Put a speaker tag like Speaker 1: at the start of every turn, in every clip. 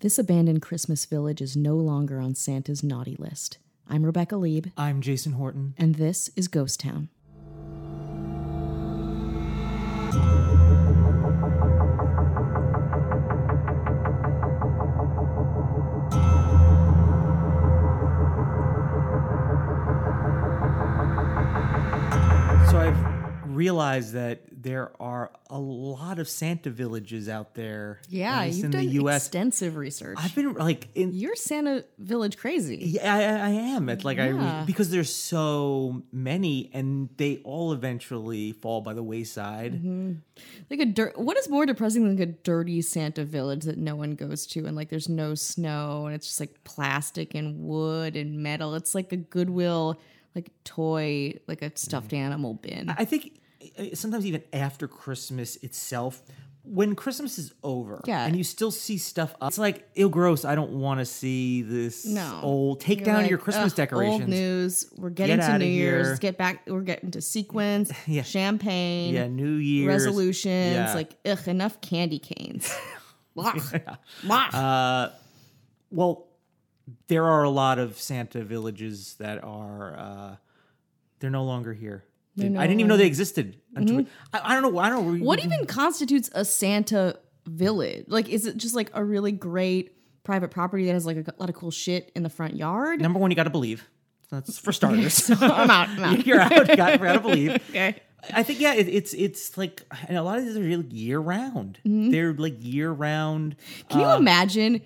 Speaker 1: This abandoned Christmas village is no longer on Santa's naughty list. I'm Rebecca Lieb,
Speaker 2: I'm Jason Horton.
Speaker 1: and this is Ghost Town.
Speaker 2: So I've realized that there are a lot of Santa villages out there.
Speaker 1: Yeah,
Speaker 2: at least
Speaker 1: you've
Speaker 2: in
Speaker 1: done
Speaker 2: the U.S.
Speaker 1: extensive research.
Speaker 2: I've been like in.
Speaker 1: You're Santa Village crazy.
Speaker 2: Yeah, I, I- I am. It's like I
Speaker 1: Yeah.
Speaker 2: re- because there's so many, and they all eventually fall by the wayside.
Speaker 1: Mm-hmm. Like a dirt. What is more depressing than like a dirty Santa Village that no one goes to, and like there's no snow, and it's just like plastic and wood and metal. It's like a Goodwill like toy, like a stuffed animal bin.
Speaker 2: Mm. I think uh, sometimes even after Christmas itself, when Christmas is over,
Speaker 1: Yeah.
Speaker 2: and you still see stuff, up, it's like ew, gross. I don't want to see this
Speaker 1: No.
Speaker 2: old. Take
Speaker 1: You're
Speaker 2: down
Speaker 1: like,
Speaker 2: your Christmas
Speaker 1: "Ugh,
Speaker 2: decorations.
Speaker 1: Old news. We're getting to
Speaker 2: outta
Speaker 1: New Year's.
Speaker 2: here."
Speaker 1: Get back. We're getting to sequins,
Speaker 2: Yeah.
Speaker 1: champagne,
Speaker 2: Yeah, New Year's
Speaker 1: resolutions.
Speaker 2: Yeah.
Speaker 1: Like, ugh, enough candy canes. Blah.
Speaker 2: Um, Well, there are a lot of Santa villages that are uh, they're no longer here.
Speaker 1: no Mm-hmm.
Speaker 2: I didn't even know they existed. Until I, I don't know. I don't. know.
Speaker 1: what even constitutes a Santa village? Like, is it just like a really great private property that has like a lot of cool shit in the front yard?
Speaker 2: Number one, you got to believe. That's for starters.
Speaker 1: I'm out. I'm out.
Speaker 2: You're out. Got, got to believe.
Speaker 1: okay.
Speaker 2: I think yeah, it, it's it's like and a lot of these are like year round.
Speaker 1: Mm-hmm.
Speaker 2: They're like year round.
Speaker 1: Can
Speaker 2: Uh,
Speaker 1: you imagine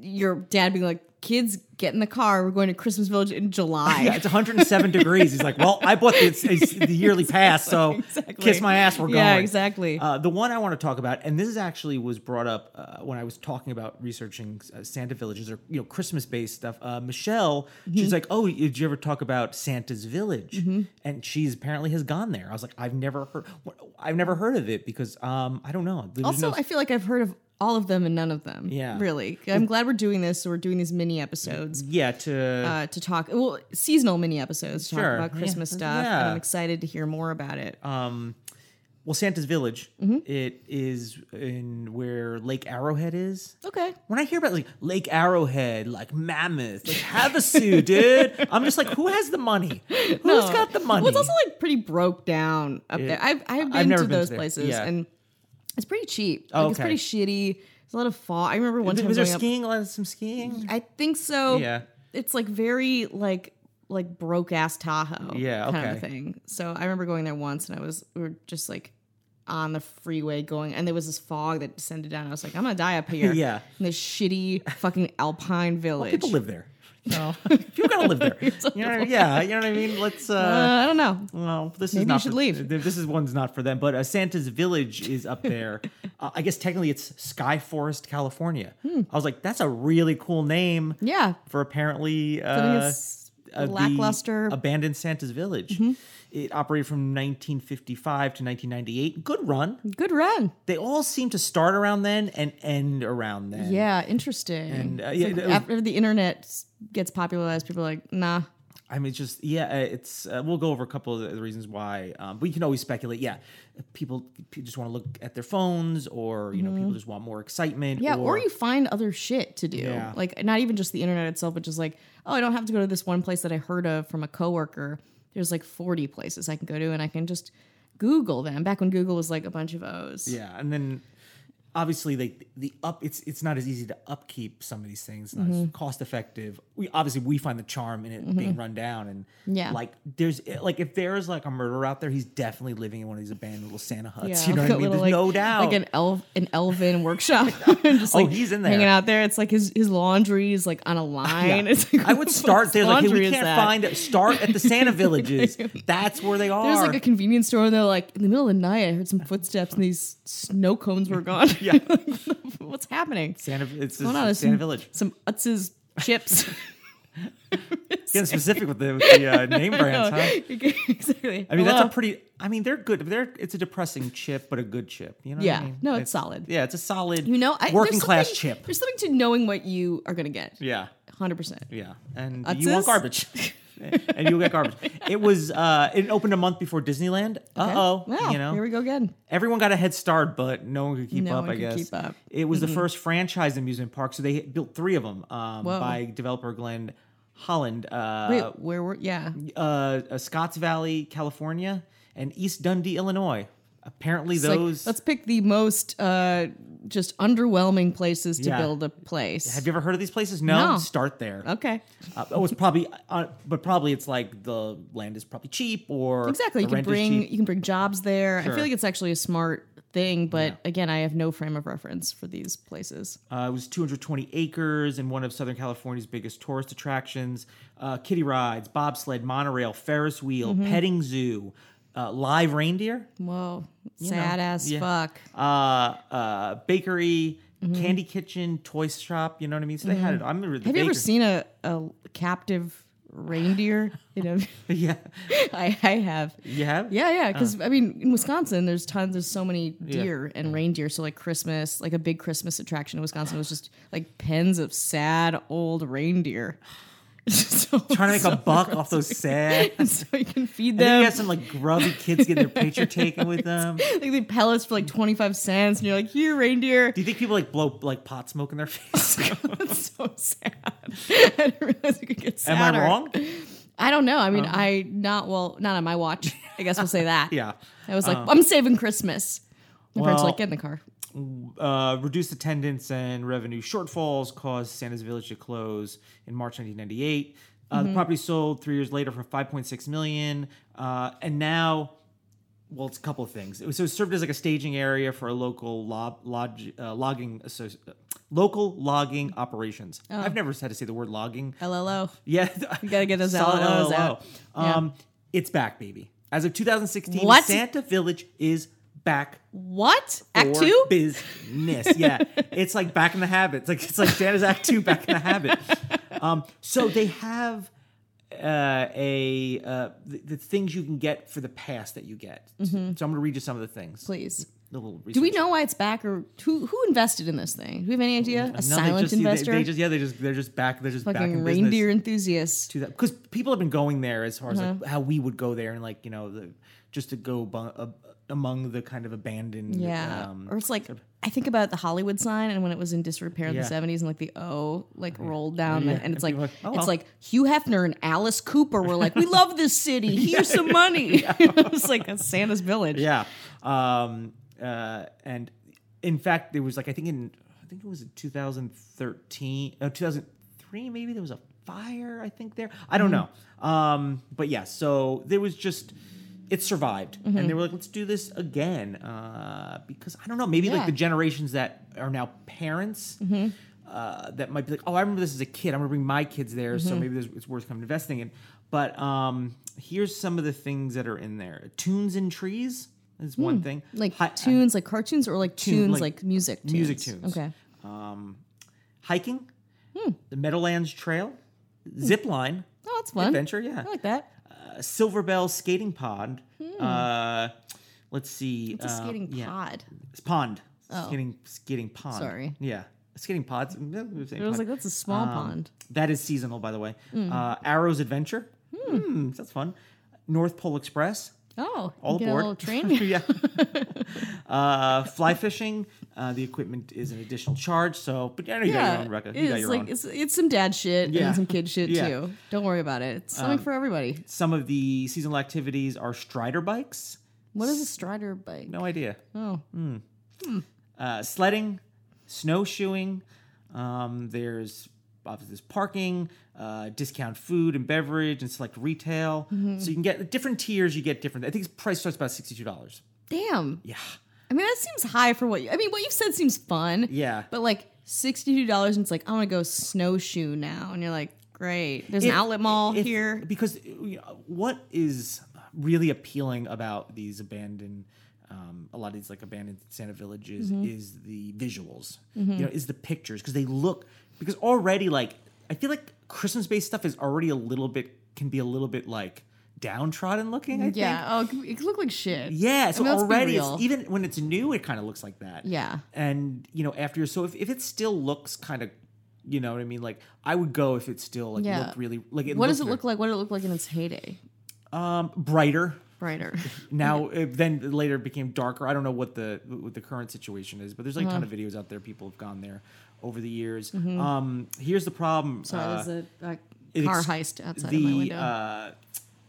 Speaker 1: your dad being like, "Kids, get in the car. We're going to Christmas Village in July."
Speaker 2: Yeah, it's 107 degrees. He's like, well, I bought the, it's, it's the yearly pass, so
Speaker 1: Exactly.
Speaker 2: kiss my ass. We're
Speaker 1: Yeah,
Speaker 2: going.
Speaker 1: exactly.
Speaker 2: Uh, the one I want to talk about, and this is actually was brought up uh, when I was talking about researching uh, Santa villages or you know Christmas based stuff. Uh, Michelle,
Speaker 1: Mm-hmm.
Speaker 2: she's like, "Oh, did you ever talk about Santa's village?" And she's apparently has gone there. I was like, "I've never heard, I've never heard of it because um, I don't know." There was
Speaker 1: also,
Speaker 2: no-
Speaker 1: I feel like I've heard of all of them and none of them.
Speaker 2: Yeah.
Speaker 1: really. I'm glad we're doing this. So we're doing these mini episodes.
Speaker 2: yeah, to
Speaker 1: Uh, to talk well seasonal mini episodes to
Speaker 2: Sure.
Speaker 1: talk about
Speaker 2: Yeah.
Speaker 1: christmas stuff and
Speaker 2: Yeah. Uh,
Speaker 1: i'm excited to hear more about it
Speaker 2: well, Santa's village.
Speaker 1: mm-hmm.
Speaker 2: It is in where Lake Arrowhead is.
Speaker 1: okay
Speaker 2: When I hear about like Lake Arrowhead, like Mammoth, like Havasu, dude, I'm just like, who has the money? Who's
Speaker 1: No.
Speaker 2: got the money?
Speaker 1: Well, it's also like pretty broke down up there. I've I've been
Speaker 2: never
Speaker 1: to
Speaker 2: been to
Speaker 1: those
Speaker 2: there.
Speaker 1: places
Speaker 2: Yeah.
Speaker 1: and it's pretty cheap. Like
Speaker 2: Oh,
Speaker 1: it's
Speaker 2: okay.
Speaker 1: pretty shitty. There's a lot of fall. I remember one
Speaker 2: was,
Speaker 1: time
Speaker 2: was there
Speaker 1: going up-
Speaker 2: skiing? Like, Some skiing?
Speaker 1: I think so.
Speaker 2: Yeah.
Speaker 1: It's like very like like broke ass Tahoe.
Speaker 2: Yeah,
Speaker 1: Kind of a
Speaker 2: okay.
Speaker 1: thing. So I remember going there once and I was we were just like on the freeway going and there was this fog that descended down. I was like, I'm gonna die up here.
Speaker 2: Yeah.
Speaker 1: In this shitty fucking alpine village.
Speaker 2: People live there. No, people gotta live there. You know what I mean? Yeah, you know what I mean. Let's.
Speaker 1: uh,
Speaker 2: uh
Speaker 1: I don't know.
Speaker 2: Well, this
Speaker 1: Maybe
Speaker 2: is
Speaker 1: you
Speaker 2: not
Speaker 1: should
Speaker 2: for,
Speaker 1: leave.
Speaker 2: th- This is one's not for them, but uh, Santa's Village is up there. uh, I guess technically it's Sky Forest, California.
Speaker 1: Hmm.
Speaker 2: I was like, that's a really cool name
Speaker 1: Yeah.
Speaker 2: for apparently
Speaker 1: Something
Speaker 2: uh,
Speaker 1: that's
Speaker 2: uh, the
Speaker 1: lackluster. Mm-hmm.
Speaker 2: abandoned Santa's Village. It operated from 1955 to 1998. Good run.
Speaker 1: Good run.
Speaker 2: They all seem to start around then and end around then.
Speaker 1: Yeah, interesting.
Speaker 2: And, uh,
Speaker 1: It's
Speaker 2: yeah,
Speaker 1: like
Speaker 2: that was-
Speaker 1: after the internet s- gets popularized, people are like, nah.
Speaker 2: I mean, it's just yeah, uh, it's uh, we'll go over a couple of the reasons why, um, but you can always speculate. Yeah, people p- just want to look at their phones, or you know, people just want more excitement.
Speaker 1: Mm-hmm. Yeah, or, you find other shit to do.
Speaker 2: Yeah.
Speaker 1: Like not even just the internet itself, but just like, oh, I don't have to go to this one place that I heard of from a coworker. There's like 40 places I can go to and I can just Google them. Back when Google was like a bunch of O's.
Speaker 2: yeah, and then obviously like the up, it's it's not as easy to upkeep some of these things. It's not
Speaker 1: Mm-hmm.
Speaker 2: as cost effective. We obviously we find the charm in it being run down, and
Speaker 1: Yeah.
Speaker 2: like there's eh, like if there is like a murderer out there, he's definitely living in one of these abandoned little Santa huts. You know what I
Speaker 1: Got
Speaker 2: mean?
Speaker 1: little,
Speaker 2: There's
Speaker 1: like-
Speaker 2: no doubt.
Speaker 1: Like an elf, an elven workshop. just
Speaker 2: Oh,
Speaker 1: like
Speaker 2: he's in there.
Speaker 1: hanging out there. It's like his his laundry is like on a line.
Speaker 2: Yeah.
Speaker 1: It's like,
Speaker 2: I
Speaker 1: what
Speaker 2: would
Speaker 1: the
Speaker 2: start
Speaker 1: fuck's
Speaker 2: there. Like, hey,
Speaker 1: laundry
Speaker 2: we
Speaker 1: is
Speaker 2: can't
Speaker 1: that?
Speaker 2: find it. Start at the Santa villages. That's where they are.
Speaker 1: There's like a convenience store, and they're like, in the middle of the night, I heard some footsteps, and these snow cones were gone.
Speaker 2: Yeah.
Speaker 1: What's happening?
Speaker 2: Santa. It's
Speaker 1: Going on?
Speaker 2: Santa
Speaker 1: There's some-
Speaker 2: Village.
Speaker 1: Some Utz's chips.
Speaker 2: Getting specific with the, with the uh, name brands, huh?
Speaker 1: exactly.
Speaker 2: I mean, that's
Speaker 1: Hello?
Speaker 2: a pretty. I mean, they're good. They're it's a depressing chip, but a good chip. You know? what I
Speaker 1: Yeah.
Speaker 2: mean?
Speaker 1: No, it's solid.
Speaker 2: Yeah, it's a solid.
Speaker 1: you know, I,
Speaker 2: working
Speaker 1: there's
Speaker 2: class
Speaker 1: something-
Speaker 2: chip.
Speaker 1: There's something to knowing what you are going to get.
Speaker 2: Yeah,
Speaker 1: 100%.
Speaker 2: yeah, and
Speaker 1: Utz's?
Speaker 2: you want garbage. and you'll get garbage. It was uh, it opened a month before Disneyland. Uh oh,
Speaker 1: Wow.
Speaker 2: you know
Speaker 1: Here we go again.
Speaker 2: everyone got a head start, but no one could keep
Speaker 1: No
Speaker 2: up.
Speaker 1: one
Speaker 2: I
Speaker 1: could
Speaker 2: guess
Speaker 1: keep up. Mm-hmm.
Speaker 2: it was the first franchise amusement park, so they built three of them um,
Speaker 1: Whoa.
Speaker 2: by developer Glenn Holland. Uh,
Speaker 1: Wait, where were? Yeah.
Speaker 2: uh, uh, Scotts Valley, California, and East Dundee, Illinois. Apparently,
Speaker 1: It's like,
Speaker 2: those.
Speaker 1: let's pick the most uh, just underwhelming places to
Speaker 2: Yeah.
Speaker 1: build a place.
Speaker 2: have you ever heard of these places? No,
Speaker 1: No.
Speaker 2: start there.
Speaker 1: okay.
Speaker 2: Uh, oh, it's probably, uh, but probably it's like the land is probably cheap, or
Speaker 1: Exactly. You
Speaker 2: the
Speaker 1: can
Speaker 2: rent is
Speaker 1: bring
Speaker 2: cheap.
Speaker 1: you can bring jobs there. I
Speaker 2: Sure.
Speaker 1: feel like it's actually a smart thing, but again, I have no frame of reference for these places.
Speaker 2: Uh, it was 220 acres and one of Southern California's biggest tourist attractions. Uh, kiddie rides, bobsled, monorail, Ferris wheel,
Speaker 1: Mm-hmm.
Speaker 2: petting zoo, uh, live reindeer,
Speaker 1: Whoa. Sad ass
Speaker 2: yeah.
Speaker 1: fuck.
Speaker 2: uh, uh, bakery, candy kitchen, toy shop. You know what I mean? So they had it. I'm the
Speaker 1: Mm-hmm. Have you ever seen a, a captive reindeer? You know,
Speaker 2: yeah,
Speaker 1: I, I have.
Speaker 2: you have.
Speaker 1: Yeah, yeah.
Speaker 2: Uh.
Speaker 1: Because I mean, in Wisconsin, there's tons. There's so many deer and reindeer. So like Christmas, like a big Christmas attraction in Wisconsin was just like pens of sad old reindeer. so,
Speaker 2: Trying to make a buck off those sad.
Speaker 1: so you can feed
Speaker 2: Then you
Speaker 1: them.
Speaker 2: got some like grubby kids getting their picture taken with them. Do
Speaker 1: Like they pellets for like twenty five cents, and you're like, here, reindeer.
Speaker 2: you think people like blow like pot smoke in their face?
Speaker 1: That's so sad. I didn't realize it could get
Speaker 2: Am I
Speaker 1: sadder.
Speaker 2: wrong?
Speaker 1: I don't know. I mean, I not well, not on my watch. I guess we'll say that.
Speaker 2: Uh-huh. Yeah. Uh-huh.
Speaker 1: I was like, I'm saving Christmas. My parents were
Speaker 2: Well-
Speaker 1: like, get in the car.
Speaker 2: uh, reduced attendance and revenue shortfalls caused Santa's Village to close in March 1998. Uh,
Speaker 1: Mm-hmm.
Speaker 2: The property sold three years later for 5.6 million, uh, and now, well, it's a couple of things. It was, so it served as like a staging area for a local lob, lodge, uh, logging associ- uh, local logging operations. I've never had to say the word logging.
Speaker 1: LLO.
Speaker 2: Yeah, you
Speaker 1: Oh. gotta get those LLOs out.
Speaker 2: Um, It's back, baby. As of 2016,
Speaker 1: What?
Speaker 2: Santa Village is back
Speaker 1: What? Act
Speaker 2: for
Speaker 1: two?
Speaker 2: business. Yeah, it's like back in the habit. It's like it's like Santa's Act Two, back in the habit. Um, so they have uh, a uh, the, the things you can get for the past that you get. So I'm going to read you some of the things.
Speaker 1: Mm-hmm. Please.
Speaker 2: The little
Speaker 1: Do we know why it's back or who who invested in this thing? Do we have any idea? A silent
Speaker 2: just,
Speaker 1: investor?
Speaker 2: They, they just yeah, they just they're just back. They're just back
Speaker 1: Fucking
Speaker 2: in
Speaker 1: reindeer
Speaker 2: business.
Speaker 1: enthusiasts.
Speaker 2: To that, because people have been going there as far as
Speaker 1: Uh-huh.
Speaker 2: like how we would go there and like you know the, just to go bu- uh, among the kind of abandoned
Speaker 1: Yeah.
Speaker 2: um,
Speaker 1: or it's like I think about the Hollywood sign and when it was in disrepair in
Speaker 2: Yeah.
Speaker 1: the seventies and like the O like rolled down
Speaker 2: Yeah.
Speaker 1: the, and it's like
Speaker 2: And people are like, "Oh,
Speaker 1: it's
Speaker 2: well."
Speaker 1: like Hugh Hefner and Alice Cooper were like, We love this city, here's some money. it's like that's Santa's village.
Speaker 2: Yeah. Um, uh, and in fact, there was like I think in I think it was in 2013, uh, 2003 maybe there was a fire. I think there. I don't know. Um, but yeah, so there was just it survived, and they were like, let's do this again uh, because I don't know, maybe
Speaker 1: Yeah.
Speaker 2: like the generations that are now parents.
Speaker 1: Mm-hmm.
Speaker 2: Uh, that might be like, oh, I remember this as a kid. I'm gonna bring my kids there, so
Speaker 1: Mm-hmm.
Speaker 2: maybe there's, it's worth coming investing in. But um, here's some of the things that are in there: tunes and trees is one thing,
Speaker 1: Hmm. Like
Speaker 2: Hi-
Speaker 1: tunes, like cartoons or like
Speaker 2: Tune,
Speaker 1: tunes, like,
Speaker 2: like
Speaker 1: music tunes.
Speaker 2: music tunes.
Speaker 1: Okay.
Speaker 2: hiking,
Speaker 1: Hmm.
Speaker 2: the Meadowlands Trail, zip line
Speaker 1: Oh, that's fun.
Speaker 2: adventure, yeah,
Speaker 1: I like that.
Speaker 2: uh, Silver Bell Skating Pond. Uh, let's see,
Speaker 1: It's Hmm. a
Speaker 2: um,
Speaker 1: skating
Speaker 2: yeah.
Speaker 1: pod.
Speaker 2: It's pond.
Speaker 1: Oh.
Speaker 2: Skating skating pond.
Speaker 1: Sorry.
Speaker 2: Yeah. Skating pods. no, we were saying
Speaker 1: It was
Speaker 2: pond.
Speaker 1: like that's a small
Speaker 2: Um,
Speaker 1: pond.
Speaker 2: that is seasonal, by the way.
Speaker 1: Hmm.
Speaker 2: Uh, Arrows Adventure. Hmm, that's fun. North Pole Express.
Speaker 1: Oh,
Speaker 2: All
Speaker 1: you get a
Speaker 2: aboard.
Speaker 1: little train.
Speaker 2: yeah. uh, fly fishing. Uh, the equipment is an additional charge. So, but I know you got your
Speaker 1: yeah,
Speaker 2: own, Rebecca. You got
Speaker 1: it's
Speaker 2: your own.
Speaker 1: like it's, it's some dad shit
Speaker 2: Yeah.
Speaker 1: and some kid shit
Speaker 2: Yeah. Um,
Speaker 1: too. Don't worry about it. It's something for everybody.
Speaker 2: Some of the seasonal activities are Strider bikes.
Speaker 1: What is a Strider bike?
Speaker 2: No idea. Hmm.
Speaker 1: Oh,
Speaker 2: uh, sledding, snowshoeing. Um, there's obviously there's parking, uh, discount food and beverage, and select retail. So you can get different tiers. You get different. I think the price starts about sixty two dollars.
Speaker 1: damn.
Speaker 2: Yeah,
Speaker 1: I mean, that seems high for what you. I mean, what you've said seems fun.
Speaker 2: yeah.
Speaker 1: But like sixty-two dollars, and it's like I'm gonna go snowshoe now, and you're like, great. There's an
Speaker 2: If-
Speaker 1: outlet mall
Speaker 2: if-
Speaker 1: here.
Speaker 2: because you know, what is really appealing about these abandoned um, a lot of these like abandoned santa villages
Speaker 1: Mm-hmm.
Speaker 2: is the visuals you know is the pictures because they look because already like i feel like christmas based stuff is already a little bit can be a little bit like downtrodden looking i think
Speaker 1: yeah. Oh, it could- it could look like shit.
Speaker 2: yeah, so
Speaker 1: mean, let's be
Speaker 2: already,
Speaker 1: real.
Speaker 2: it's, even when it's new, it kind of looks like that.
Speaker 1: Yeah.
Speaker 2: and you know, after you so if, if it still looks kind of You know what I mean? Like I would go if it still like
Speaker 1: Yeah.
Speaker 2: looked really like it.
Speaker 1: What does it look
Speaker 2: looked
Speaker 1: like? What did it look like in its heyday?
Speaker 2: very- Um, brighter.
Speaker 1: Brighter.
Speaker 2: Now it then later became darker. I don't know what the what the current situation is, but there's like a ton
Speaker 1: Mm-hmm.
Speaker 2: of videos out there. People have gone there over the years. Um, here's the problem.
Speaker 1: Sorry,
Speaker 2: uh,
Speaker 1: there's a, a
Speaker 2: it
Speaker 1: car
Speaker 2: ex-
Speaker 1: heist outside of my
Speaker 2: the
Speaker 1: window.
Speaker 2: uh,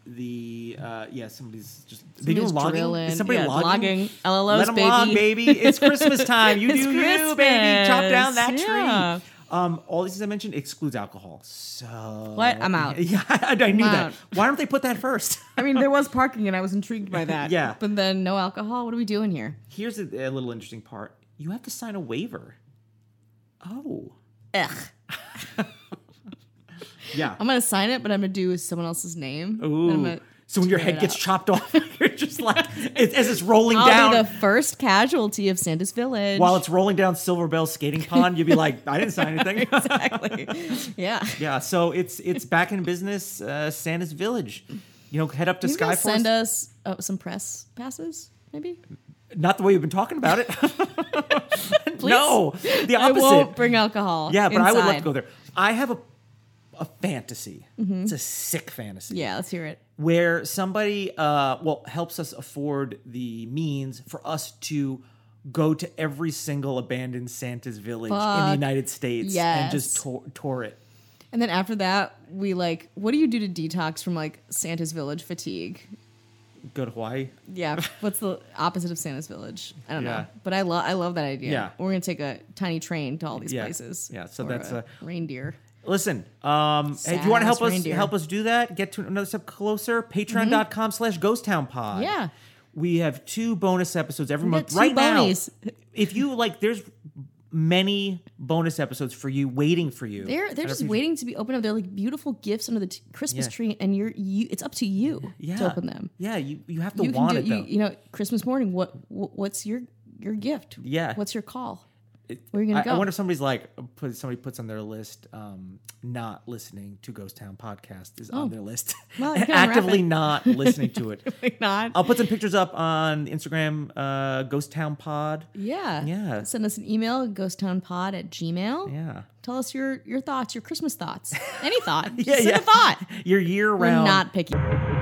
Speaker 2: the uh, yeah somebody's just they
Speaker 1: Somebody's
Speaker 2: doing logging.
Speaker 1: drilling.
Speaker 2: Is somebody
Speaker 1: Yeah,
Speaker 2: logging?
Speaker 1: logging. LLOs,
Speaker 2: Let 'em log,
Speaker 1: baby.
Speaker 2: baby. It's Christmas time. You
Speaker 1: It's
Speaker 2: do you, baby. Chop down that
Speaker 1: Christmas. Yeah.
Speaker 2: tree. Um, all these things I mentioned excludes alcohol. So
Speaker 1: What? I'm out.
Speaker 2: Yeah, I, I knew
Speaker 1: I'm
Speaker 2: that.
Speaker 1: out.
Speaker 2: Why don't they put that first?
Speaker 1: I mean, there was parking, and I was intrigued by that.
Speaker 2: Yeah.
Speaker 1: but then no alcohol. What are we doing here?
Speaker 2: Here's a, a little interesting part. You have to sign a waiver. Oh,
Speaker 1: Ugh.
Speaker 2: yeah.
Speaker 1: I'm gonna sign it, but I'm gonna do someone else's name.
Speaker 2: Ooh.
Speaker 1: And I'm gonna-
Speaker 2: so when your
Speaker 1: screw
Speaker 2: head
Speaker 1: it
Speaker 2: gets
Speaker 1: up.
Speaker 2: chopped off, you're just like as as it's rolling
Speaker 1: I'll
Speaker 2: down.
Speaker 1: be the first casualty of Santa's Village.
Speaker 2: While it's rolling down Silver Bell Skating Pond, you'd be like, I didn't sign anything.
Speaker 1: exactly. Yeah.
Speaker 2: yeah, so it's it's back in business, uh, Santa's Village. You know, head up to
Speaker 1: You guys
Speaker 2: Skyforce.
Speaker 1: send us uh, some press passes, maybe.
Speaker 2: Not the way we've been talking about it. no, the
Speaker 1: I won't
Speaker 2: opposite.
Speaker 1: bring alcohol.
Speaker 2: Yeah, but I would love to
Speaker 1: inside. Mm-hmm.
Speaker 2: go there. I have a a fantasy. It's a sick fantasy.
Speaker 1: Yeah, let's hear it.
Speaker 2: where somebody uh, well helps us afford the means for us to go to every single abandoned Santa's village in the
Speaker 1: Fuck.
Speaker 2: United States and just
Speaker 1: Yes.
Speaker 2: tour, tour it.
Speaker 1: And then after that, we like, what do you do to detox from like Santa's Village fatigue?
Speaker 2: Go to Hawaii.
Speaker 1: Yeah, what's the opposite of Santa's Village? I don't
Speaker 2: Yeah.
Speaker 1: know, but I love I love that idea.
Speaker 2: Yeah.
Speaker 1: we're gonna take a tiny train to all these
Speaker 2: Yeah.
Speaker 1: places.
Speaker 2: Yeah, so
Speaker 1: Or
Speaker 2: that's
Speaker 1: a reindeer.
Speaker 2: Listen, um, hey, if you want
Speaker 1: Sad-ass
Speaker 2: to help us
Speaker 1: reindeer. Mm-hmm.
Speaker 2: help us do that, get to another step closer. Patreon.com slash ghost town pod.
Speaker 1: Yeah.
Speaker 2: We have two bonus episodes every
Speaker 1: got
Speaker 2: month.
Speaker 1: two
Speaker 2: Right
Speaker 1: bonies.
Speaker 2: now. If you like, there's many bonus episodes for you waiting for you.
Speaker 1: They're they're
Speaker 2: at our
Speaker 1: just
Speaker 2: Patreon.
Speaker 1: waiting to be opened up. They're like beautiful gifts under the t- Christmas
Speaker 2: Yeah.
Speaker 1: tree, and you're you. It's up to you to open them.
Speaker 2: Yeah, you, you have to
Speaker 1: You
Speaker 2: want
Speaker 1: can
Speaker 2: it
Speaker 1: do
Speaker 2: though.
Speaker 1: you, you know Christmas morning. What wh- what's your your gift?
Speaker 2: Yeah.
Speaker 1: what's your call?
Speaker 2: It-
Speaker 1: Where are you gonna
Speaker 2: I, I
Speaker 1: go?
Speaker 2: wonder if somebody's like put somebody puts on their list um, not listening to Ghost Town podcast is on their list.
Speaker 1: Oh. Well, you can unwrap
Speaker 2: actively
Speaker 1: it.
Speaker 2: not listening to it.
Speaker 1: Like not.
Speaker 2: I'll put some pictures up on Instagram, uh, Ghost Town Pod.
Speaker 1: yeah.
Speaker 2: Yeah.
Speaker 1: Send us an email, ghosttownpod at gmail.
Speaker 2: Yeah.
Speaker 1: Tell us your your thoughts, your Christmas thoughts. Any thought.
Speaker 2: Yeah,
Speaker 1: Just send
Speaker 2: yeah.
Speaker 1: a thought.
Speaker 2: Your year
Speaker 1: We're
Speaker 2: round
Speaker 1: not picky.
Speaker 3: Ghost